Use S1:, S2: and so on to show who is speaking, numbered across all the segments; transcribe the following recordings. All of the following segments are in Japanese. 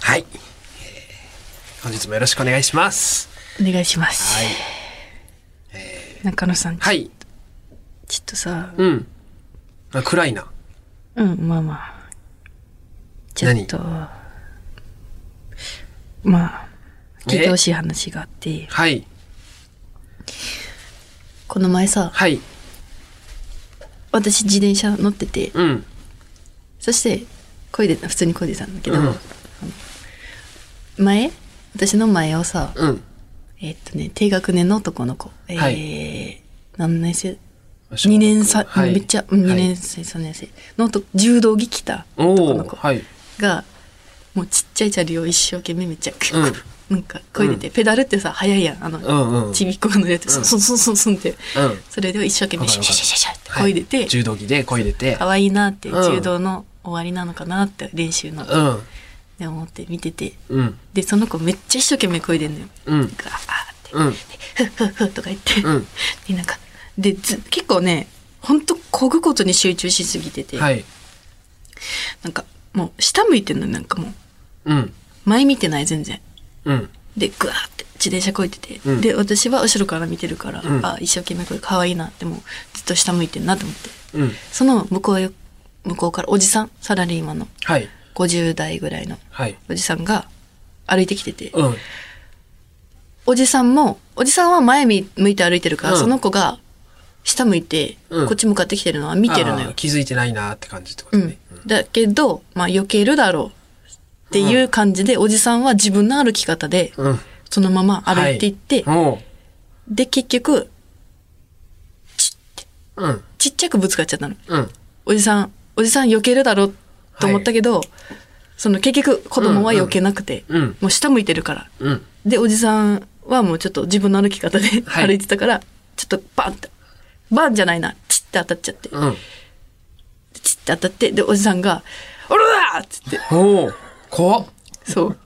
S1: はい。えー本日もよろしくお願いします。
S2: お願いします。中野さん、ち
S1: はい。
S2: ちょっとさ、
S1: うん。あ暗いな。
S2: うん、まあまあ。ちょっと、まあ、聞いてほしい話があって、
S1: はい。
S2: この前さ、
S1: はい。
S2: 私自転車乗ってて、
S1: うん。
S2: そして、漕いでた、普通に漕いでたんだけど、
S1: うん
S2: あの前私の前をさ、
S1: うん。
S2: えっとね、低学年の男の子。えー、
S1: は
S2: 何年生二年さ、
S1: はい
S2: めっちゃ、うん二
S1: は
S2: 年
S1: い
S2: 生、三年生のと柔道着着た男
S1: お
S2: の
S1: お。
S2: 子
S1: はい。
S2: が、もうちっちゃいチャリを一生懸命めっちゃ、
S1: う
S2: なんかこいでて、ペダルってさ、速いやん。あ
S1: う
S2: の、
S1: んうん。うん。
S2: ちびっこが乗るやつ、
S1: ん
S2: そんそんそんそんって。
S1: は
S2: それで一生懸命
S1: わか
S2: シャ
S1: る
S2: シャシャシャシャって
S1: い
S2: こいでて、
S1: 柔道着でこいでて。
S2: 可愛いなって、
S1: うん
S2: 柔道の終わりなのかなって、練習の。っ
S1: うん。
S2: て思って見てて。
S1: うん。
S2: で、その子めっちゃ一生懸命こいでんのよ。
S1: うん。
S2: ガーって。
S1: うん。
S2: ふっふっふっとか言って、
S1: うん
S2: でなんかでず結構ねほんとこぐことに集中しすぎてて、
S1: はい。
S2: なんかもう下向いてんのなんかもう
S1: うん。
S2: 前見てない全然
S1: うん。
S2: でグワーって自転車こいてて、
S1: うん
S2: で私は後ろから見てるから、
S1: うん
S2: あ一生懸命これ可愛いなってもうずっと下向いてんなと思って
S1: うん。
S2: その向こうよ向こうからおじさんサラリーマンの
S1: はい。
S2: 50代ぐらいの
S1: はい。
S2: おじさんが歩いてきてて、
S1: うん。
S2: おじさんも、おじさんは前見向いて歩いてるから、
S1: うん
S2: その子が下向いて、
S1: うん
S2: こっち向かってきてるのは見てるの
S1: あー
S2: よ。
S1: 気づいてないなーって感じってこ
S2: う
S1: と
S2: ん
S1: ね。。
S2: だけど、まあ避けるだろうっていう感じで、おじさんは自分の歩き方で、
S1: うん。
S2: そのまま歩いていって、
S1: おう。
S2: で、結局、
S1: うん。
S2: ちっちゃくぶつかっちゃったの。
S1: うん。
S2: おじさん、おじさん避けるだろうと思ったけど、その結局子供は避けなくて、
S1: うんうん
S2: もう下向いてるから。
S1: うん。
S2: で、おじさんはもうちょっと自分の歩き方で
S1: はい
S2: 歩いてたから、ちょっとバンって、バンじゃないな、チッて当たっちゃって、チッ
S1: うん。
S2: て当たって、で、おじさんが、おらだっつって、
S1: おお。怖っ。
S2: そう。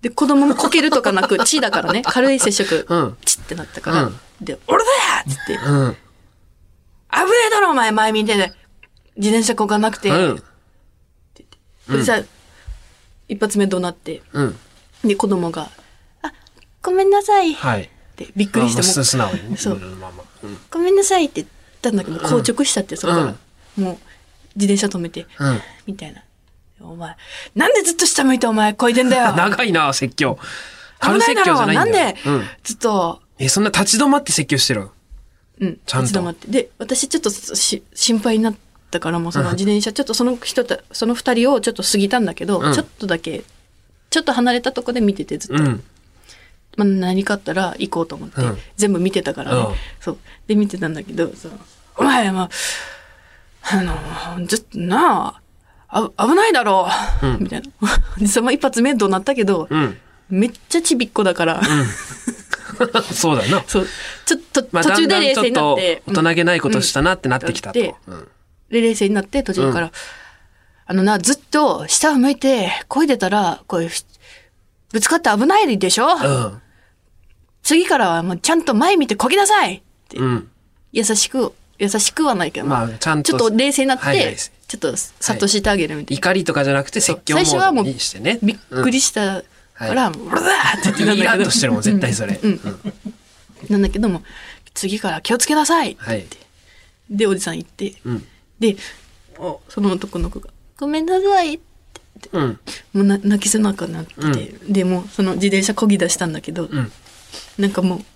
S2: で、子供もこけるとか なく、血だからね、軽い接触、
S1: うん
S2: チッてなったから、
S1: うん
S2: で、おらだっつって、
S1: うん。
S2: 危ねえだろ、お前、前見てて、自転車こがなくて、
S1: うん。
S2: おじさん、一発目怒鳴って、
S1: うん。
S2: で、子供が、あ、ごめんなさい、っ
S1: はい。
S2: て、びっくりして、
S1: あもう
S2: も
S1: す
S2: う
S1: 素直にね。
S2: そう
S1: のまま。うん。
S2: ごめんなさいって言ったんだけど、硬直しちゃって、そこから。もう、自転車止めて、
S1: うん
S2: みたいな。お前、なんでずっと下向いてお前、こいでんだよ。
S1: 長いな、説教。
S2: 危
S1: 軽
S2: な
S1: 説
S2: いだ
S1: 教じ
S2: ろ
S1: ゃないんだ
S2: なん
S1: よ。
S2: で、
S1: うん。
S2: ずっと、
S1: え、そんな立ち止まって説教してる
S2: うん、
S1: ちゃんと
S2: 立ち止まって。で、私ちょっとし心配になったから、もうその自転車、ちょっとその人と、その二人をちょっと過ぎたんだけど、
S1: うん
S2: ちょっとだけ、ちょっと離れたとこで見てて、ずっと。
S1: うん。
S2: まあ、何かあったら行こうと思って、
S1: うん
S2: 全部見てたからね、
S1: うん
S2: そうで見てたんだけどそうお前もうあのちょっとなああ危ないだろう、みたいな でその一発目怒鳴ったけど、
S1: うん。
S2: めっちゃちびっこだから、
S1: そうだな。
S2: そうちょっと、
S1: まあ、
S2: 途
S1: だ
S2: 中
S1: ん
S2: で
S1: だんち
S2: 冷静
S1: ょっ
S2: にな
S1: と大
S2: って
S1: 人げないこと
S2: うん
S1: したなってなってきたと。
S2: で
S1: うん
S2: で冷静になって途中から、あのなずっと下を向いて声出たらこういうぶつかって危ないでしょ、
S1: うん。
S2: 次からはもうちゃんと前見てこぎなさいって
S1: うん。
S2: 優しく、優しくはないけど、
S1: まあ、ちゃん
S2: ちょ
S1: と。
S2: っと冷静になって、
S1: はいはい
S2: ちょっとさっとしてあげるみたいな。
S1: 怒りとかじゃなくて説教モ
S2: 最初は
S1: ー
S2: も
S1: ド
S2: う
S1: にしてね。
S2: びっくりしたから、うわーって言ってたん
S1: イ
S2: だ
S1: ラ
S2: け
S1: ッ
S2: ど
S1: と、してるもん、絶対それ。うん。
S2: なんだけども、次から気をつけなさいって
S1: は
S2: 言っ
S1: い
S2: て、。で、おじさん行って、
S1: うん。
S2: で、おその男の子が、ごめんなさいって、
S1: うん。
S2: もうな泣きそうな顔になってて、で、もうその自転車こぎ出したんだけど、
S1: ん
S2: なんかもう、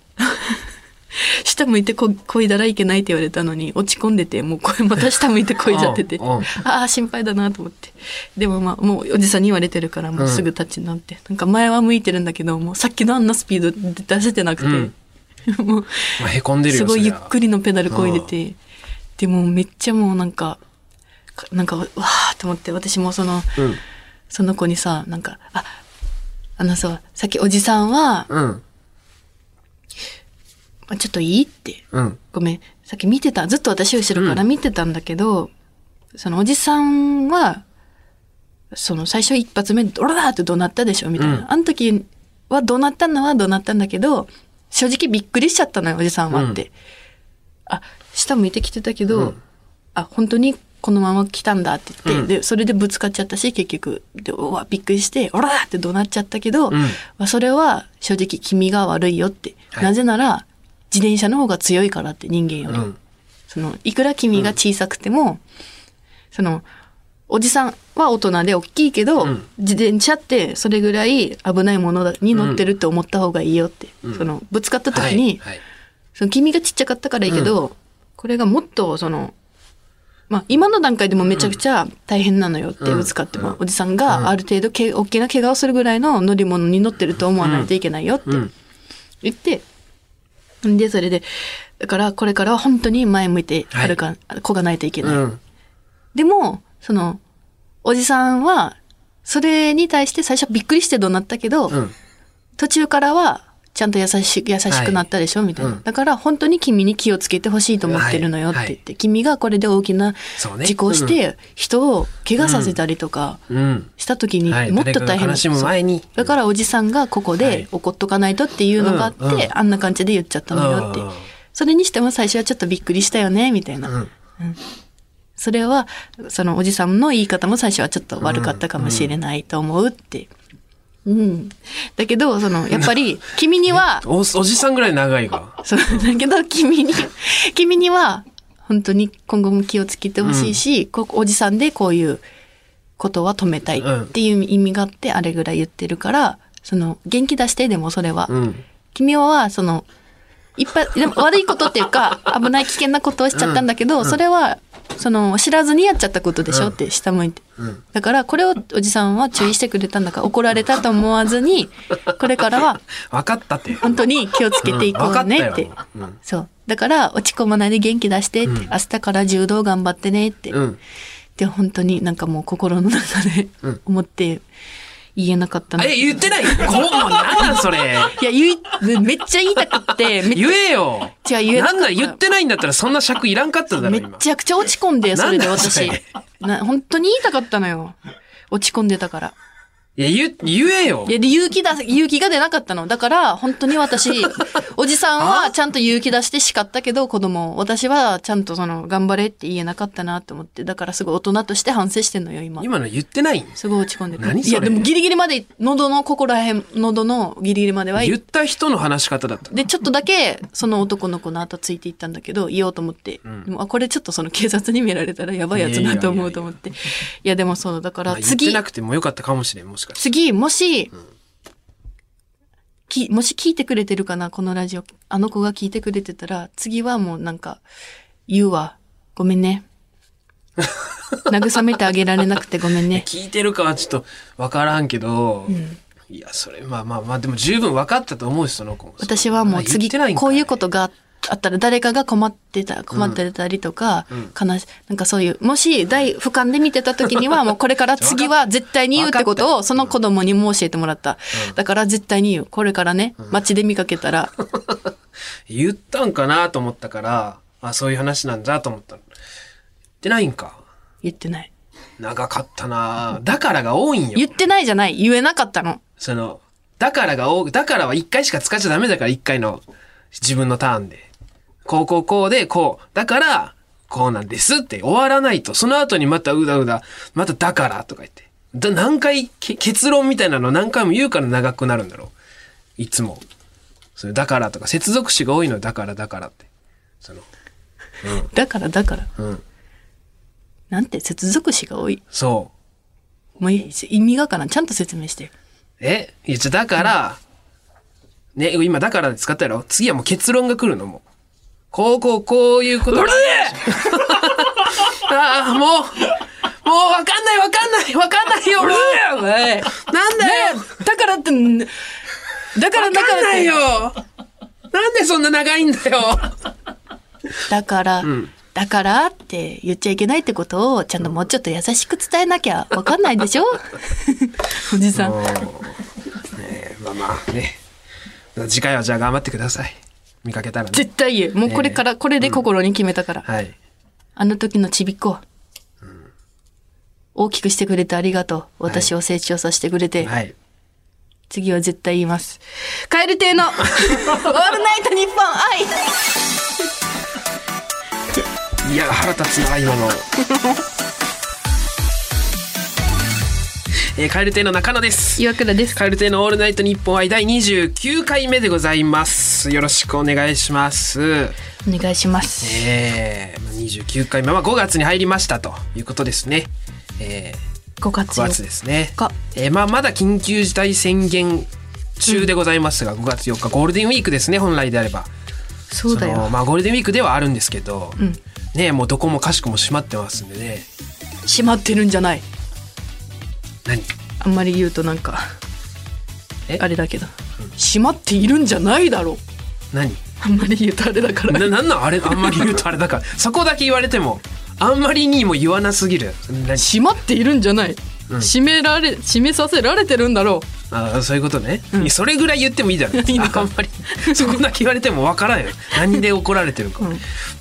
S2: 下向いてここいだらいけないって言われたのに落ち込んでてもうこれまた下向いてこいじゃってて
S1: うんうん
S2: ああ心配だなと思ってでもまあもうおじさんに言われてるからもうすぐ立ち直って、なんか前は向いてるんだけどもうさっきのあんなスピードで出せてなくて、 もう
S1: まあ、へこんでる
S2: す
S1: よ、
S2: ごいゆっ
S1: り
S2: くりのペダルこいでてでもうめっちゃもうなんかかなんかうわーと思って私もその、
S1: うん
S2: その子にさなんかああのささっきおじさんは
S1: うん。
S2: あちょっといいって
S1: うん。
S2: ごめん、さっき見てた、ずっと私後ろから見てたんだけど、そのおじさんは、その最初一発目、ドラだって怒鳴ったでしょみたいな。
S1: うん
S2: あの時は怒鳴ったのは怒鳴ったんだけど、正直びっくりしちゃったのよ、おじさんはって。あ、下向いてきてたけど、あ、本当にこのまま来たんだって言って、
S1: うん
S2: でそれでぶつかっちゃったし結局でうわびっくりして「おら!」って怒鳴っちゃったけど、
S1: うん
S2: まあ、それは正直君が悪いよって、
S1: はい
S2: なぜなら自転車の方が強いからって人間より、
S1: うん
S2: そのいくら君が小さくても、そのおじさんは大人で大きいけど、
S1: うん
S2: 自転車ってそれぐらい危ないものだに乗ってるって思った方がいいよって、
S1: うん
S2: そのぶつかった時に、
S1: はいはい
S2: その君がちっちゃかったからいいけど、これがもっとその、まあ今の段階でもめちゃくちゃ大変なのよって
S1: うん
S2: ぶつかって
S1: う
S2: も、
S1: ん
S2: おじさんがある程度け大きな怪我をするぐらいの乗り物に乗ってると思わないといけないよって
S1: うん
S2: 言って、で、それで、だからこれからは本当に前向いて歩か、こがないといけない。
S1: うん
S2: でも、その、おじさんは、それに対して最初はびっくりして怒鳴ったけど、
S1: うん
S2: 途中からはちゃんと優しく優しくなったでしょ、みたいな、
S1: うん
S2: だから本当に君に気をつけてほしいと思ってるのよって言って、
S1: はい
S2: 君がこれで大きな
S1: そうね
S2: 事故をして人を怪我させたりとか
S1: うん
S2: した時に
S1: はい
S2: もっと
S1: 誰
S2: 大
S1: か
S2: 変
S1: が
S2: な、
S1: 悲しむ前に
S2: そうだからおじさんがここ
S1: は
S2: で
S1: い
S2: 怒っとかないとっていうのがあって、
S1: うんうん
S2: あんな感じで言っちゃったのよって、
S1: うん
S2: それにしても最初はちょっとびっくりしたよねみたいな、
S1: うん
S2: それはそのおじさんの言い方も最初はちょっと悪かったかもしれないと思うって。うん、だけどそのやっ ぱり君には
S1: おおじさんぐらい長いが
S2: そう、だけど 君に、君には、本当に今後も気をつけてほしいし、こおじさんでこういうことは止めたいっていう意味があって、あれぐらい言ってるから、その、元気出してでもそれは。
S1: うん
S2: 君は、その、いっぱい、でも悪いことっていう か、危ない危険なことをしちゃったんだけど、それは、その、知らずにやっちゃったことでしょって下向いて。
S1: うん
S2: だから、これをおじさんは注意してくれたんだから、怒られたと思わ ずに、これからは
S1: 分かったって
S2: 本当に気をつけていこうねって。
S1: うん分かったよ
S2: そう。だから、落ち込まないで元気出してって、
S1: うん
S2: 明日から柔道頑張ってねって、
S1: うんうん
S2: で、本当になんかもう心の中で
S1: うん
S2: 思って言えなかったの
S1: え言ってないこうもうなんなんそ れ
S2: いや、言い、めっちゃ言いたくって、め っち
S1: 言えよ
S2: 違う言えな
S1: な
S2: かった
S1: んなん言ってないんだったらそんな尺いらんかった
S2: ゃ
S1: だろ
S2: めっ
S1: 今
S2: ちゃくちゃ落ち込んで、それで
S1: なんだそ
S2: 私
S1: れ。
S2: な本当に言いたかったのよ。落ち込んでたから。
S1: いや言言えよ
S2: いや、で勇気だ、勇気が出なかったの。だから、本当 に私、おじさんはちゃんと勇気出して叱ったけど、子供を。私はちゃんとその、頑張れって言えなかったなと思って。だから、すごい大人として反省してんのよ、今。
S1: 今の言ってないん
S2: すごい落ち込んでる。
S1: 何そ
S2: い
S1: れ
S2: や、でもギリギリまで、喉のここら辺、喉のギリギリまでは
S1: 言った人の話し方だった
S2: で、ちょっとだけ、その男の子の後ついていったんだけど、言おうと思って。
S1: ん
S2: でもあ、これちょっとその警察に見られたらやばいや
S1: い
S2: つ
S1: やいやい
S2: な
S1: や
S2: と思うと思って。いや、でもそう、だか
S1: ま
S2: ら
S1: あ言っ
S2: 次
S1: て、なくてもよかったかもしれんもしかして
S2: 次、もし、き、もし聞いてくれてるかな、このラジオ。あの子が聞いてくれてたら、次はもうなんか、言うわ。ごめん ね。慰めてあげられなくてごめんね。
S1: 聞いてるかはちょっと分からんけど、いやそれまあまあまあでも十分分かったと思うしその子も
S2: 私はもう次、こういうこととがあったら誰かが困ってた、困ってたりとか、悲し、なんかそういう、もし、大、俯瞰で見てた時に は、もうこれから次は絶対に言うってことを、その子供にも教えてもらった。だから絶対に言う。これからね、街で見かけたら、
S1: 言ったんかなと思ったからあそういう話なんだと思ったの言ってないんか
S2: 言ってない。
S1: 長かったなだからが多いんよ
S2: 言ってないじゃない。言えなかったの。
S1: そのだからが多だからは一回しか使っちゃダメだから一回の自分のターンでこうこうこうでこうだからこうなんですって終わらないとその後にまたうだうだまただからとか言ってだ何回け結論みたいなの何回も言うから長くなるんだろういつもそれだからとか接続詞が多いのだからだからってその
S2: だから、だから。
S1: うん
S2: なんて接続詞が多い。
S1: そう
S2: もういい意味がわからん。ちゃんと説明してよ。
S1: えいや、じゃあだから、ね、今だからで使ったやろ次はもう結論が来るの、もう。こうこうこういうこと。うるせえ ああ、もう、もうわかんないわかんないわかんないよ、もう
S2: おい
S1: なんだよ
S2: ねえだからって、んだから、
S1: わ
S2: だか
S1: かん
S2: らっ
S1: ない
S2: て
S1: よ。なんでそんな長いんだよ
S2: だから、
S1: ん
S2: だからって言っちゃいけないってことをちゃんともうちょっと優しく伝えなきゃわかんないで しょおじさん。
S1: ねえまあまあね。次回はじゃあ頑張ってください。見かけたらね。
S2: 絶対言う。もうこれから、これで心に決めたから。
S1: はい。
S2: あの時のちびっこ、大きくしてくれてありがとう。私を成長させてくれて。
S1: はい。
S2: 次は絶対言います。カエル亭の オールナイトニッポン愛
S1: いや、腹立つな、今の。えー、カエル亭の中野です。
S2: 岩倉です。
S1: カエル亭のオールナイト日本愛第29回目でございます。よろしくお願いします。
S2: お願いします。
S1: えー、まあ29回目、まあ、5月に入りましたということですね。え
S2: 5
S1: ー、
S2: 月
S1: 5
S2: 4
S1: 月ですね。
S2: 日。
S1: えーまあ、まだ緊急事態宣言中でございますが、5月4日ゴールデンウィークですね本来であれば
S2: そうだ
S1: の
S2: よ。
S1: まあ、ゴールデンウィークではあるんですけど、
S2: うん。
S1: ねもうどこもかしこも閉まってますんでね
S2: 閉まってるんじゃない。
S1: 何
S2: あんまり言うとなんか
S1: え。
S2: あれだけど。閉まっているんじゃないだろう。
S1: 何
S2: あんまり言うとあれだから。
S1: ななんなんあれあんまり言うとあれだから そこだけ言われてもあんまりにも言わなすぎる何
S2: 閉まっているんじゃない。閉められ、閉めさせられてるんだろう。
S1: あそういうことね、
S2: うん
S1: いやそれぐらい言ってもいいだろ
S2: いいのか
S1: あんまりそこだけ言われてもわからんよ何で怒られてるか、
S2: うん
S1: ね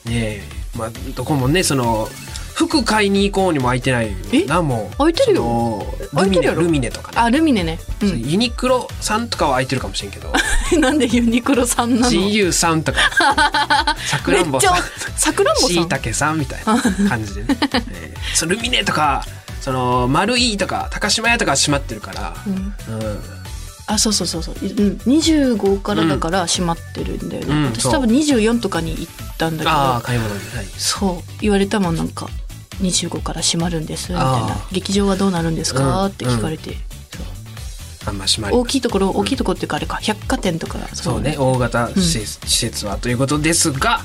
S1: えまあどこもねその服買いに行こうにも空いてない
S2: え
S1: なもう
S2: 空いてるよ
S1: その
S2: 空
S1: ルミ
S2: いてる
S1: ネ
S2: やろ
S1: ルミネとかね
S2: あ、ルミネね。う
S1: そうんユニクロさんとかは空いてるかもしれんけど
S2: なんでユニクロさんなの。めっ
S1: GU さん とかさくらんぼ
S2: ちゃ
S1: さん
S2: さくらんぼ
S1: し
S2: さ
S1: い
S2: ん。
S1: たけさんみたいな感じで ね、ええそのルミネとかその丸いとか高島屋とかは閉まってるから、
S2: う
S1: う
S2: ん
S1: ん、
S2: あそうそうそうそう、うん、25からだから閉まってるんだよね、
S1: うんうんそう
S2: 私多分24とかに行ったんだけ
S1: ああ
S2: ど
S1: 買い物ではい
S2: そう言われたもんなんか「25から閉まるんです」みたい
S1: あ
S2: な
S1: あ
S2: 「劇場はどうなるんですか?」
S1: うん
S2: って聞かれて、そう
S1: あんま閉まり
S2: 大きいところ大きいところっていうかあれか百貨店とかが
S1: そうね大型施設,、施設はということですが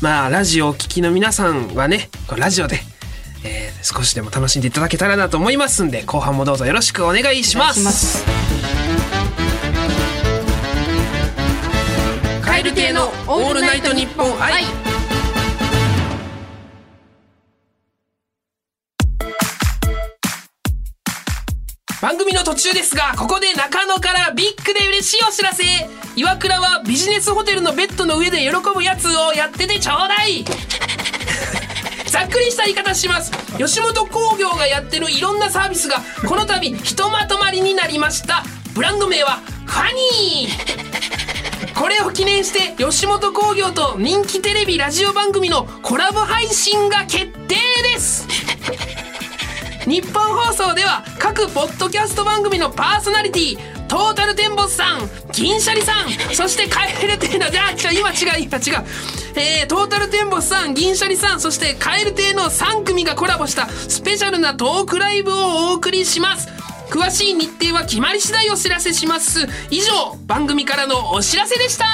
S1: まあラジオをお聞きの皆さんはねこうラジオで、えー少しでも楽しんでいただけたらなと思いますんで後半もどうぞよろしくお願いします
S2: お願いします
S1: カエル亭のオールナイトニッポン愛番組の途中ですがここで中野からビッグで嬉しいお知らせ岩倉はビジネスホテルのベッドの上で喜ぶやつをやっててちょうだい ざっくりした言い方します吉本興業がやってるいろんなサービスがこの度ひとまとまりになりましたブランド名はファニーこれを記念して吉本興業と人気テレビラジオ番組のコラボ配信が決定です日本放送では各ポッドキャスト番組のパーソナリティトータルテンボスさん銀シャリさんそしてカエル亭のじゃあ違う今違う今違う、えー、トータルテンボスさん銀シャリさんそしてカエル亭の3組がコラボしたスペシャルなトークライブをお送りします詳しい日程は決まり次第お知らせします以上番組からのお知らせでした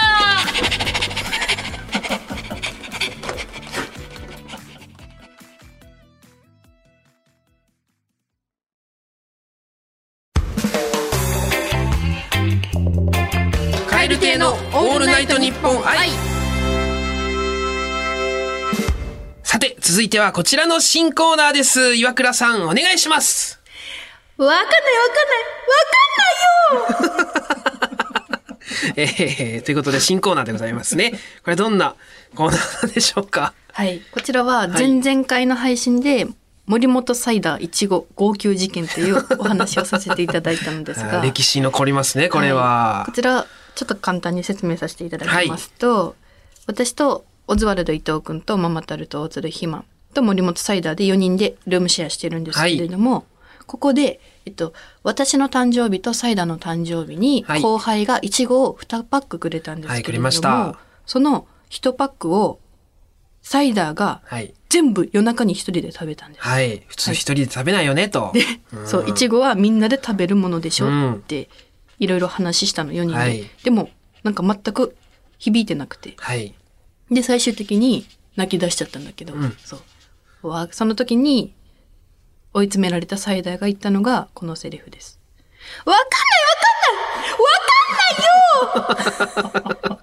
S1: カエル亭のオールナイトニッポン愛さて続いてはこちらの新コーナーです岩倉さんお願いします
S2: わかんないわかんないわかんないよ
S1: えー、ということで新コーナーでございますね。 これどんなコーナーでしょうか
S2: はいこちらは前々回の配信で森本サイダーいちご号泣事件というお話をさせていただいたのです
S1: あ
S2: が
S1: ー歴史に残りますね、これは。
S2: いこちらちょっと簡単に説明させていただきますと、私とオズワルド伊藤君とママタルと大鶴ひまと森本サイダーで4人でルームシェアしてるんですけれども、ここで、えっと、私の誕生日とサイダーの誕生日に
S1: はい
S2: 後輩がいちごを2パックくれたんですけれども、
S1: はいくれました
S2: その1パックをサイダーが
S1: はい。
S2: 全部夜中に一人で食べたんです。
S1: はい。普通一人で食べないよね、と。
S2: そう、いちごはみんなで食べるものでしょ
S1: うん
S2: って、いろいろ話したの、4人で。
S1: はい
S2: でも、なんか全く響いてなくて。
S1: はい。
S2: で、最終的に泣き出しちゃったんだけど、
S1: ん
S2: そう。わその時に、追い詰められたサイダーが言ったのが、このセリフです。わかんな いわかんないわかんないよ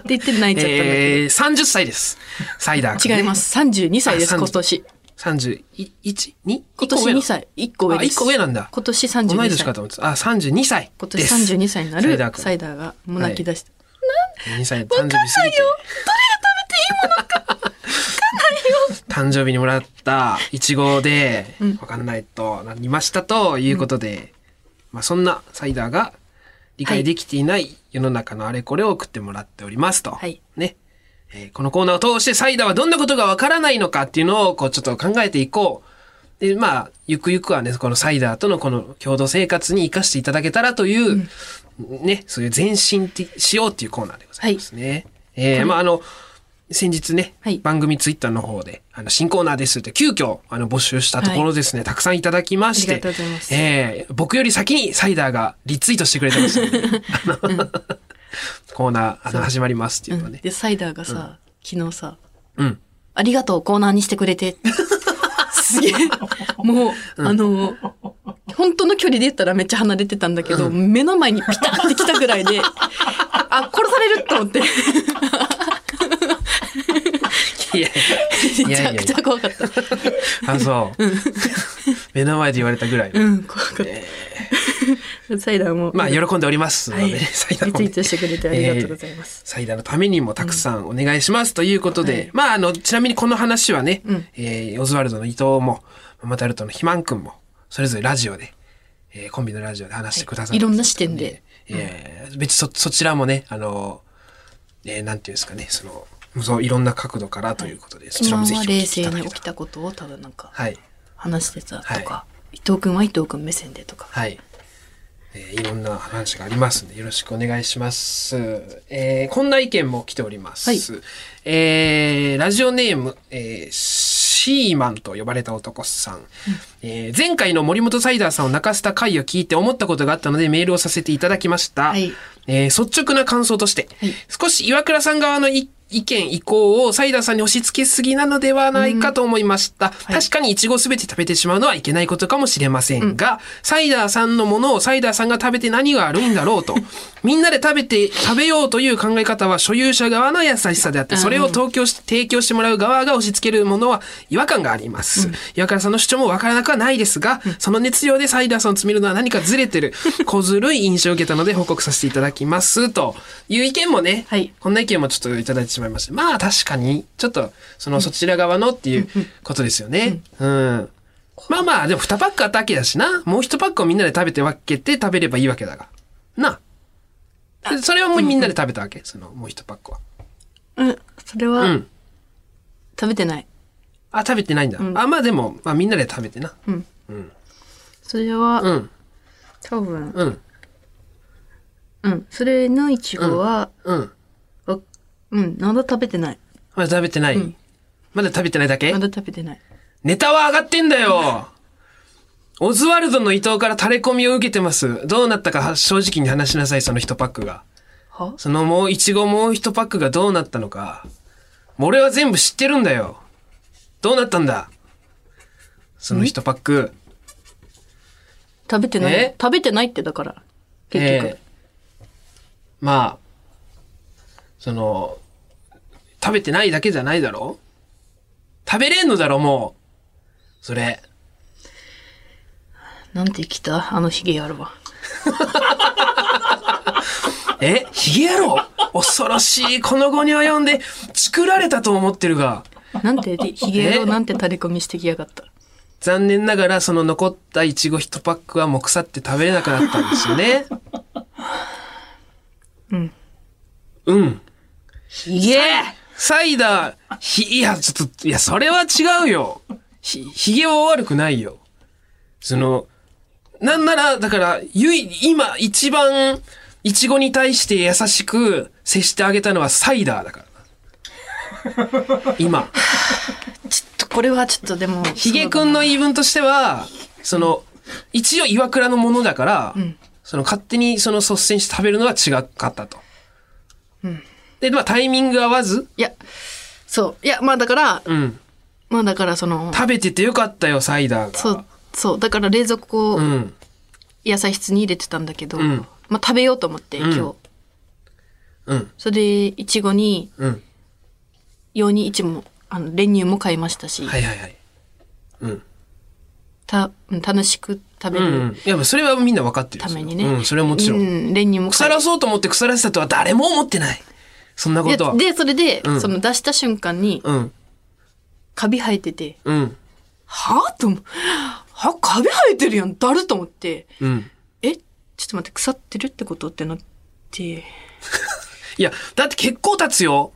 S2: って言って泣いちゃったんだけ
S1: えー、30歳です。サイダー君
S2: ど。
S1: ね、
S2: 違います。32歳です、
S1: あ30
S2: 今年。
S1: 31。31、2?
S2: 今年2歳。1個上です。
S1: あ一個上なんだ
S2: 今年32歳。
S1: 同い年かと思ってた。あ、32歳
S2: 今
S1: で
S2: 年
S1: す。
S2: 32歳になる
S1: サ
S2: サ
S1: イ
S2: イ
S1: ダー君
S2: ダーがもう泣き出した。
S1: 2歳の誕生日過ぎて。わかんないよどれが食べていいものか。わかんないよ。誕生日にもらったイチゴで、わかんないとなりましたということで、まあそんなサイダーが理解できていない世の中のあれこれを送ってもらっておりますと。
S2: はい
S1: ね。えーこのコーナーを通してサイダーはどんなことがわからないのかっていうのを、こう、ちょっと考えていこう。で、まあ、ゆくゆくはね、このサイダーとのこの共同生活に生かしていただけたらという、ね、そういう前進ってしようっていうコーナーでございますね。えーまあ、あの、先日ね、
S2: はい
S1: 番組ツイッターの方で、あの、新コーナーですって、急遽、あの、募集したところですね、たくさんいただきまして、
S2: ありがとうございます
S1: えー僕より先にサイダーがリツイートしてくれてました ので、あの コーナー、あの、始まりますっていうのはね。
S2: で、サイダーがさ、昨日さ、
S1: うん。
S2: ありがとう、コーナーにしてく れて。すげえ。もう、あの、本当の距離で言ったらめっちゃ離れてたんだけど、目の前にピタって来たぐ らいで、あ、殺されると思って、
S1: いやい
S2: めち
S1: や
S2: ゃ
S1: いや
S2: く
S1: い
S2: ち
S1: や
S2: ゃ怖かっ た。
S1: あ、そう。目の前で言われたぐらいの。
S2: うん、怖かった。サイダーも。
S1: まあ、
S2: よ
S1: 喜んでおりますの
S2: はい、
S1: で
S2: リ
S1: ね、
S2: ツ
S1: サ
S2: イ
S1: イダーもね
S2: ートしてくれてありがとうございます。
S1: サイダーのためにもたくさんお願いしますということで、まあ、あの、ちなみにこの話はね、えーオズワルドの伊藤も、ママタルトの肥満くんも、それぞれラジオで、えーコンビのラジオで話してくださって
S2: いろんな視点で。
S1: えー別にそ、そちらもね、あの、えーなんていうんですかね、その、そういろんな角度からということで、そちら
S2: 今
S1: もぜ
S2: は
S1: ひお
S2: 冷
S1: 聞きい
S2: 静
S1: ただ
S2: に
S1: け
S2: 起
S1: た
S2: き
S1: ら。
S2: たことをただなんか
S1: はい。
S2: 話してたとか、
S1: は
S2: 伊藤君は伊藤君目線でとか。
S1: はい。えーいろんな話がありますので、よろしくお願いします。えーこんな意見も来ております。
S2: はい
S1: えーラジオネーム、えーシーマンと呼ばれた男さん、えー前回の森本サイダーさんを泣かせた回を聞いて思ったことがあったのでメールをさせていただきました。
S2: はい
S1: えー率直な感想として、
S2: はい
S1: 少し岩倉さん側のい意見、意向をサイダーさんに押し付けすぎなのではないかと思いました。
S2: い
S1: 確かにイチゴすべて食べてしまうのはいけないことかもしれませんが、サイダーさんのものをサイダーさんが食べて何が悪いんだろう と、みんなで食べて、食べようという考え方は所有者側の優しさであって、それを提供し提供してもらう側が押し付けるものは違和感があります。岩倉さんの主張もわからなくはないですが、その熱量でサイダーさんを詰めるのは何かずれてる、小ずるい印象を受けたので報告させていただきます、という意見もね、
S2: はい
S1: こんな意見もちょっといただいてしまいました。まあ確かに、ちょっと、そのそちら側のっていうことですよね。うん。まあまあ、でも2パックあったわけだしな。もう1パックをみんなで食べて分けて食べればいいわけだが。なあ。それはもうみんなで食べたわけその、もう1パックは。
S2: うん、それは、
S1: うん。
S2: 食べてない。
S1: あ、食べてないんだ。あ、まあでも、まあみんなで食べてな。
S2: それは、
S1: うん。
S2: 多分、
S1: うん。
S2: うん、それのイチゴは、
S1: うん。
S2: わうん、まだ食べてない。
S1: まだ食べてない。まだ食べてないだけ
S2: まだ食べてない。
S1: ネタは上がってんだよオズワルドの伊藤から垂れ込みを受けてます。どうなったか正直に話しなさい、その一パックが。
S2: は
S1: そのもう、いちごもう一パックがどうなったのか。もう俺は全部知ってるんだよ。どうなったんだその一パック。
S2: 食べてない
S1: え。
S2: 食べてないってだから、結局。
S1: えーまあ、その、食べてないだけじゃないだろ食べれんのだろ、もう。それ。
S2: なんて生きたあのヒゲや るわ。
S1: えヒゲ野郎恐ろしい、この後に及んで、作られたと思ってるが。
S2: なんて、ヒゲやろ
S1: え
S2: うなんて垂れ込みしてきやがった。
S1: 残念ながら、その残ったイチゴ一パックはもう腐って食べれなくなったんですよね。
S2: うん。
S1: うん。
S2: ヒゲ
S1: サイダー、ひ、いや、ちょっと、いや、それは違うよ。ひ、ひげは悪くないよ。その、なんなら、だから、ゆい、今、一番、イチゴに対して優しく接してあげたのはサイダーだからな。今。
S2: ちょっと、これはちょっとでも。
S1: ヒゲくんの言い分としては、その、一応岩倉のものだから、その勝手にその率先して食べるのは違かったと。で、まあタイミング合わず、
S2: いや、そう。いや、まあだから、
S1: うん。
S2: まあだからその、
S1: 食べててよかったよ、サイダーが。
S2: そう、そう。だから冷蔵庫を
S1: うん。
S2: 野菜室に入れてたんだけど、
S1: ん
S2: まあ食べようと思って、今日。
S1: うん。
S2: それで、いちごに、
S1: うん。
S2: 用にいちも、あの、練乳も買いましたし、
S1: はいはいはい。うん。
S2: た、うん楽しく食べ
S1: うんう
S2: る
S1: ん。いや、まあそれはみんな分かってるよ
S2: ために
S1: そ
S2: ね。
S1: れはうん、それはもちろん。
S2: うん、練乳も
S1: 腐
S2: 買い
S1: らそうと思って腐らせたとは誰も思ってない。そんなことは。
S2: で、でそれで、
S1: ん
S2: その出した瞬間に、
S1: うん。
S2: カビ生えてて、
S1: うん。
S2: はぁと思う。はカビ生えてるやん、だると思って、
S1: うん。
S2: えちょっと待って、腐ってるってことってなって、
S1: いや、だって結構経つよ。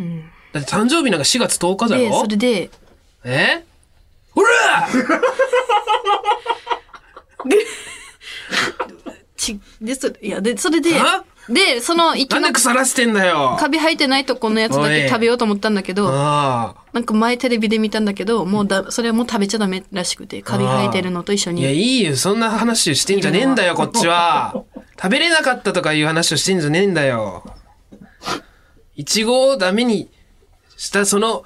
S2: うん。
S1: だって誕生日なんか4月10日だ
S2: で、
S1: ろ
S2: それで、
S1: えほら
S2: ち、で、それ、いや、で、それで
S1: あ、
S2: で、その、いき
S1: なんで
S2: な
S1: 腐らせてんだよ
S2: カビ生えてないとこのやつだ
S1: おい
S2: け食べようと思ったんだけど、
S1: ああ。
S2: なんか前テレビで見たんだけど、もうだ、それはもう食べちゃダメらしくて、カビ生えてるのと一緒
S1: いや、
S2: に。
S1: いいよ。そんな話してんじゃねえんだよ、こっちは。食べれなかったとかいう話をしてんじゃねえんだよ。いちごをダメにした、その、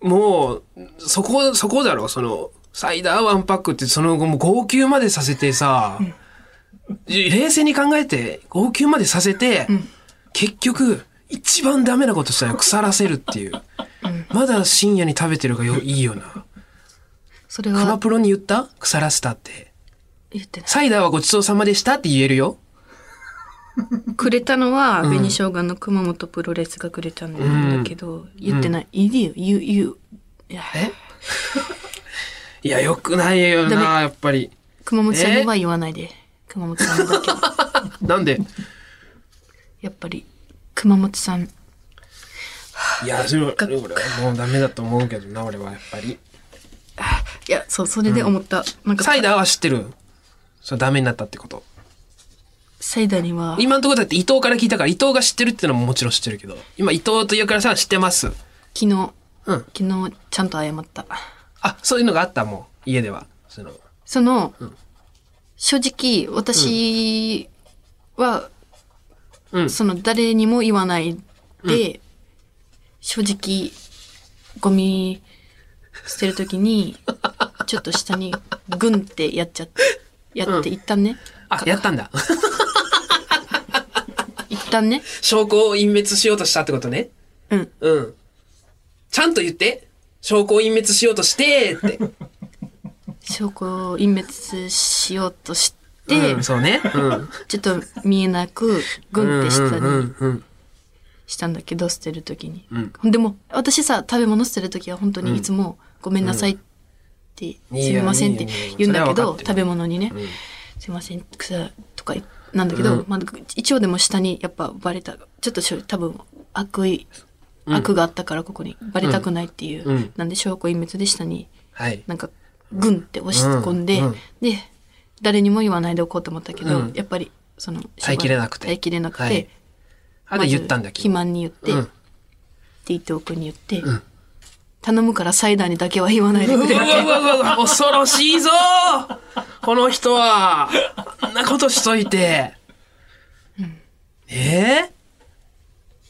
S1: もう、そこ、そこだろ、その、サイダーワンパックって、その後もう号泣までさせてさ、い冷静に考えて、号泣までさせて、結局、一番ダメなことしたよ。腐らせるっていう。まだ深夜に食べてるがよいいよな。
S2: それ
S1: クマ
S2: は
S1: プロに言った腐らせたって。
S2: 言ってない。
S1: サイダーはごちそうさまでしたって言えるよ。
S2: くれたのは、紅生姜の熊本プロレスがくれたんだけど、言ってない。言うよ、言う、言う。いや、
S1: いや、よくないよ
S2: ダ
S1: な、やっぱり。
S2: 熊本さんには言わないで。熊本さん だけは。
S1: なんで
S2: やっぱり、熊本さん。
S1: いや、それは俺はもうダメだと思うけどな、俺はやっぱり。
S2: いや、そう、それで思った。なんか、
S1: サイダーは知ってるそう、ダメになったってこと。
S2: サイダーには、
S1: 今のところだって伊藤から聞いたから、伊藤が知ってるってのももちろん知ってるけど。今、伊藤と岩倉さんは知ってます。
S2: 昨日、
S1: うん。
S2: 昨日、ちゃんと謝った。
S1: あ、そういうのがあった、もう。家では。その、
S2: その、正直、私は、
S1: うん
S2: その、誰にも言わないで、正直、ゴミ捨てると きに、ちょっと下に、グンってやっちゃって、やって、一旦ね、
S1: あ、やったんだ。
S2: 一旦ね、
S1: 証拠を隠滅しようとしたってことね。
S2: うん。
S1: うん。ちゃんと言って。証拠を隠滅しようとしてって。
S2: 証拠を隠滅しようとして、
S1: うん、そうね。うん。
S2: ちょっと見えなく、
S1: う
S2: グンって下
S1: ん
S2: に
S1: うんうん
S2: したんだけど、捨てるときに。
S1: うん
S2: でも、私さ、食べ物捨てるときは本当にいつも、ごめんなさいって、
S1: うん
S2: すみませんって
S1: いやいやいや
S2: 言うんだけ
S1: それは分か
S2: ど
S1: っ、てる
S2: 食べ物にね、
S1: ん
S2: すみません、草とか、なんだけど、
S1: うん
S2: まあ、一応でも下にやっぱバレた、ちょっとしょ多分、悪意、悪があったからここにバレたくないっていう、
S1: うん
S2: なんで証拠隠滅で下に
S1: はい。
S2: なんか、グンって押し込んで、
S1: うんうん
S2: で、誰にも言わないでおこうと思ったけど、
S1: うん
S2: やっぱり、その、
S1: 耐えきれなくて
S2: 耐えきれなくて、
S1: はいあと言ったんだ
S2: まず
S1: け
S2: 肥
S1: ど。
S2: 満に言って、
S1: うん
S2: って伊藤君に言って、頼むからサイダーにだけは言わないでく
S1: う
S2: れ。
S1: わうわうわうわ、恐ろしいぞこの人は。あんなことしといて。ええ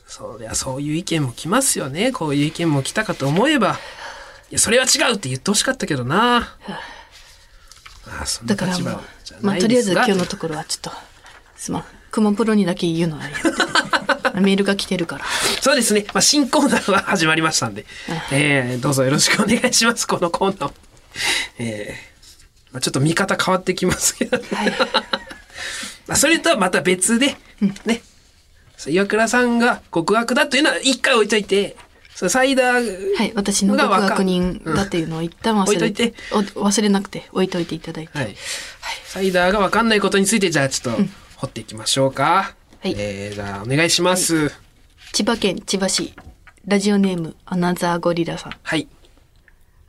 S1: そりゃそういう意見も来ますよね。こういう意見も来たかと思えば。いや、それは違うって言ってほしかったけどな。ああ、そんな
S2: だから
S1: 立
S2: も
S1: 場
S2: う
S1: じゃ、
S2: まあ、
S1: ない
S2: とりあ
S1: で
S2: えず
S1: す
S2: 今
S1: が
S2: 日のところはちょっと、すまん。熊プロにだけ言うのはやめ てメールが来てるから。
S1: そうですね。まあ、新コーナーは 始まりましたんで、えー、どうぞよろしくお願いします、このコーナーも。えーまあ、ちょっと見方変わってきますけど、
S2: はい。
S1: まあ、それとはまた別で、ね。岩倉さんが極悪だというのは一回置いといて、そのサイダー、
S2: はい、私の
S1: が
S2: 独
S1: わか
S2: 学人だっていうのを一旦忘れ
S1: 置いといて
S2: お忘れなくて、置いといていただいて。
S1: はい。サイダーがわかんないことについて、じゃあちょっと掘っていきましょうか。
S2: はい
S1: えー、じゃあお願いします。はい。
S2: 千葉県千葉市、ラジオネーム、アナザーゴリラさん。あ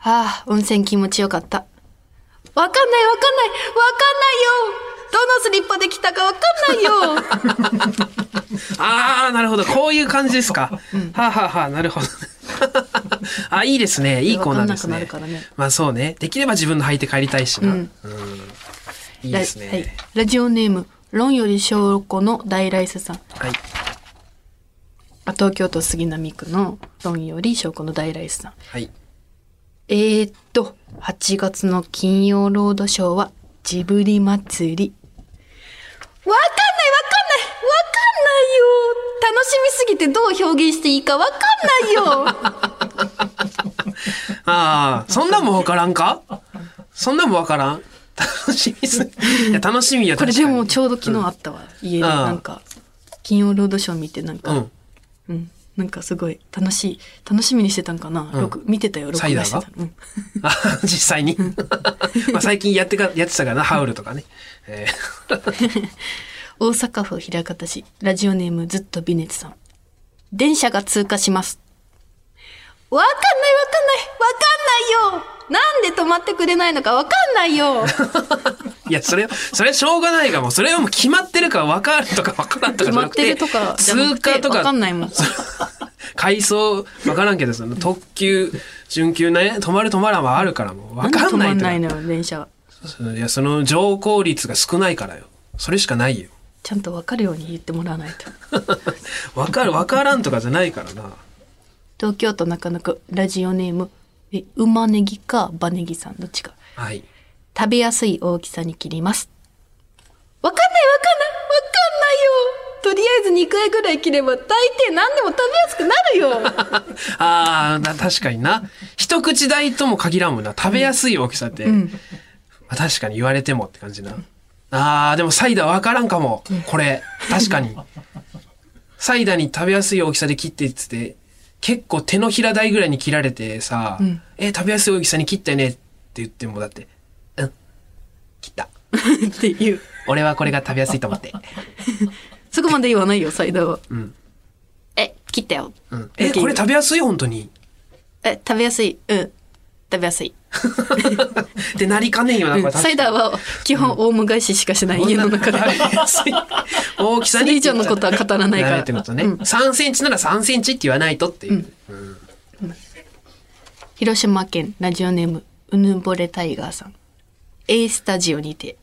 S2: あ、温泉気持ちよかった。わかんないわかんないわかんないよどのスリッパで来たか わかんないよ
S1: ああ、なるほど。こういう感じですか。はあ、はあはあ、なるほど。 あ、いいですね。いいコーナーですね。
S2: わかんなくなるからね
S1: まあそうね。できれば自分の履いて帰りたいしな。う
S2: う
S1: んん。いいですね。
S2: ラはい。ラジオネーム、論より証拠の大ライスさん。
S1: はい。
S2: あ東京都杉並区の論より証拠の大ライスさん。
S1: はい。
S2: えー、っと、8月の金曜ロードショーは、ジブリ祭り。わかんないわかんないわかんないよ楽しみすぎてどう表現していいかわかんないよ
S1: ああ、そんなんもわからんかそんなんもわからん楽しみすぎ。いや、楽しみや
S2: これでもち
S1: ょ
S2: ょうど昨日あったわ、家で
S1: ああ
S2: なんか金曜ロードショー見てなんか、
S1: う
S2: うん
S1: ん。
S2: なんかすごい楽しい楽しみにしてたんかな、録見てたよ録
S1: サイダ
S2: 画
S1: ー
S2: して
S1: が
S2: た、うん、
S1: あ実際に。 まあ最近やってか、やってたからな、ハウルとかね。え
S2: 大阪府枚方市ラジオネームずっと微熱さん電車が通過しますわかんないわかんないわかんないよなんで止まってくれないのかわかんない よ
S1: いや、それ、それはしょうがないが、もう、それはもう決まってるから分かるとか分からんとかじゃなくて、
S2: 決まってるとかじゃなく
S1: 通
S2: て
S1: 過とか、
S2: 分かんないもん
S1: そ階層、分からんけど、その特急、準急ね、止まる止まらんはあるから、もう分かんない
S2: 止まん
S1: とか
S2: ないのよ電車は
S1: そのいや、その乗降率が少ないからよ。それしかないよ。
S2: ちゃんとわかるように言ってもらわないと
S1: 分かる、分からんとかじゃないからな。
S2: 東京都中野区ラジオネームえ馬ネギかバネギさんどっちか
S1: はい。
S2: 食べやすい大きさに切りますわかんないわかんないわかんないよとりあえず2回ぐらい切れば大抵何でも食べやすくなるよ
S1: ああ、な確かにな。一口大とも限らんもんな。食べやすい大きさって。
S2: ん
S1: まあ、確かに言われてもって感じな。ああ、でもサイダーわからんかも。これ。確かに。サイダーに食べやすい大きさで切ってっつって、結構手のひら大ぐらいに切られてさ、え、食べやすい大きさに切ったねって言っても、だって、うん、切った。
S2: っていう
S1: 俺はこれが食べやすいと思って。
S2: そこまで言わないよサイダーは、
S1: ん
S2: え切ったよ、
S1: うん、え、これ食べやすい本当に。
S2: え食べやすいうん食べやすい、
S1: ってなりかねえよな、こ
S2: うん
S1: れ。
S2: サイダーは基本オウム返ししかしない、 家の中で
S1: 食べやす い大きさ
S2: そ
S1: に
S2: れ以上のことは語らないか
S1: なる
S2: ら
S1: ってことね、
S2: うん
S1: 3センチなら3センチって言わないとっていう、
S2: 広島県ラジオネームうぬぼれタイガーさん A スタジオにて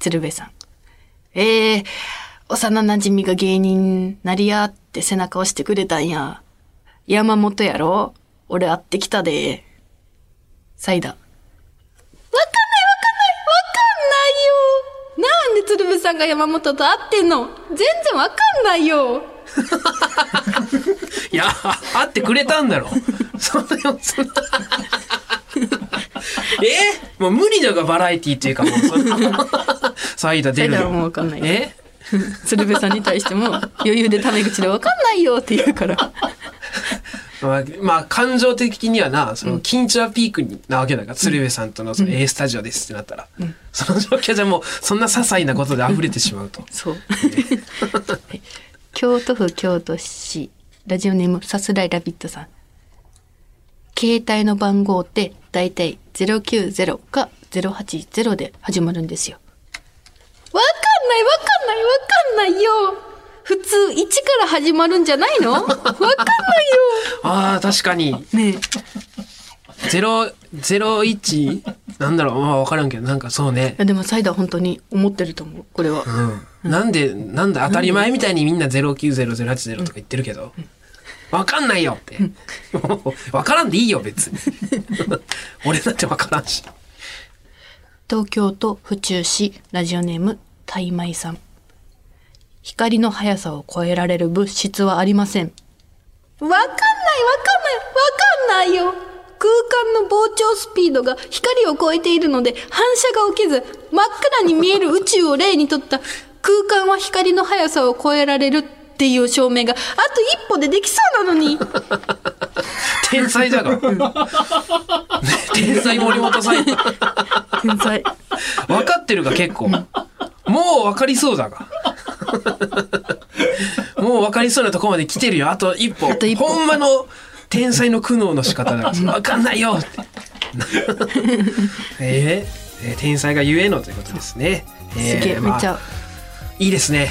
S2: 鶴瓶さんえー、幼馴染が芸人なりやって背中押してくれたんや山本やろ俺会ってきたでサイダわかんないわかんないわかんないよなんで鶴瓶さんが山本と会ってんの全然わかんないよ
S1: いや会ってくれたん だろそんなそんなえもう無理だがバラエティっていうかもうそんなサイダー
S2: サ
S1: 出
S2: イ
S1: る
S2: ダーは
S1: よ
S2: もうわかんないよ
S1: え
S2: 鶴瓶さんに対しても余裕でタメ口で「わかんないよ」って言うから
S1: まあ、まあ感情的にはなその緊張はピークになわけだから、鶴瓶さんとのその A スタジオですってなったら、その状況じゃもうそんな些細なことで溢れてしまうと、
S2: そう、はい京都府京都市ラジオネームさすらいラビットさん携帯の番号ってだいたい090か080で始まるんですよわかんないわかんないわかんないよ普通1から始まるんじゃないのわかんないよ
S1: ああ確かに
S2: ね
S1: ゼロ、ゼロ一なんだろう、まあ分からんけど、なんかそうね。
S2: えでもサイダー本当に思ってると思うこれは
S1: うん。なんで、なんだ、当たり前みたいにみんな090080とか言ってるけど、分かんないよって。 もう分からんでいいよ、別に。 俺だって分からんし。
S2: 東京都府中市ラジオネームタイマイさん光の速さを超えられる物質はありませんわかんないわかんないわかんないよ空間の膨張スピードが光を超えているので反射が起きず真っ暗に見える宇宙を例にとった空間は光の速さを超えられるっていう証明があと一歩でできそうなのに
S1: 天才だが。ね天才森本さん。分
S2: 天 才
S1: かってるが、結構。もう分かりそうだ が。もう分かりそうなとこまで来てるよ。あと一歩。
S2: と一歩
S1: ほんまの天才の苦悩の仕 方だ。分かんないよって。 えーえー天才がゆえのということですね。
S2: すげえ、
S1: ーまあ
S2: めっちゃ
S1: いいですね。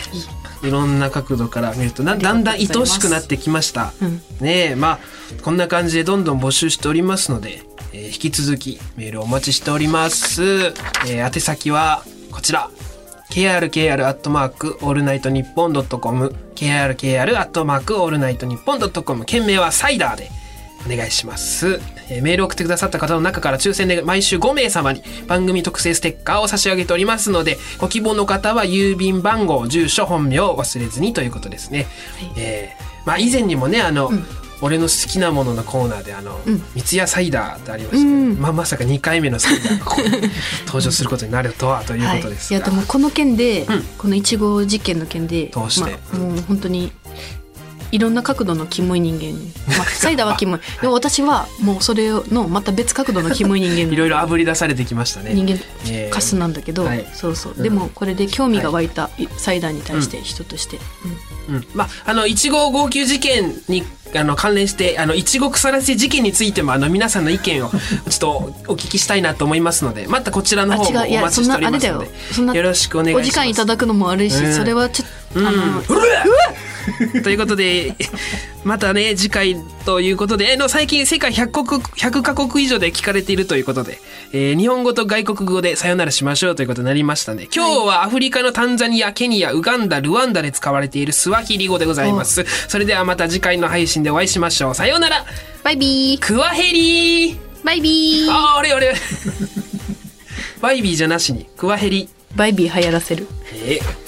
S1: いろんな角度から見るとなだんだん愛おしくなってきました。ねえ、まあこんな感じでどんどん募集しておりますので、えー引き続きメールお待ちしております。えー宛先はこちら。krkr アットマークオールナイトニッポンドットコム krkr アットマークオールナイトニッポンドットコム件名はサイダーでお願いします、えーメールを送ってくださった方の中から抽選で毎週5名様に番組特製ステッカーを差し上げておりますのでご希望の方は郵便番号住所本名を忘れずにということですね、えーまあ以前にもねあの、俺の好きなもののコーナーであの、三ツ矢サイダーってありましたけど、まあ、まさか2回目のサイダーが ここに登場することになるとはということです
S2: い、
S1: が、
S2: いやでもこの件で、このいちご事件の件で
S1: どうして
S2: まあもう本当にいろんな角度のキモい人間に、 まあ、サイダーはキモいでも私はもうそれのまた別角度のキモい人 間
S1: いろいろ炙り出されてきましたね。
S2: 人間
S1: えー
S2: カスなんだけど、
S1: はい
S2: そうそう、
S1: うん
S2: でもこれで興味が湧いたサイダーに対して人として、
S1: うん、まあ、あの、いちご号泣事件に、あの、関連して、あの、いちご腐らせ事件についても、あの、皆さんの意見を、 ちょっとお聞きしたいなと思いますので、またこちらの方も
S2: あ違うい
S1: お
S2: や
S1: 待ちしておりますの
S2: そんなあれだよそんな
S1: で、よろしくお願いし
S2: お
S1: ます。
S2: 時間いただくのも悪いし、
S1: うん
S2: それはちょっと、
S1: うん、
S2: あの
S1: うるということで、またね、次回ということで、えの最近世界100国、100カ国以上で聞かれているということで、えー日本語と外国語でさよならしましょうということになりましたね。今日はアフリカのタンザニア、ケニア、ウガンダ、ルワンダで使われているスワヒリ語でございます。それではまた次回の配信でお会いしましょう。さようなら
S2: バイビー
S1: クワヘリー
S2: バイビー
S1: あー、あれあれバイビーじゃなしに、クワヘリ。
S2: バイビー流行らせる
S1: えー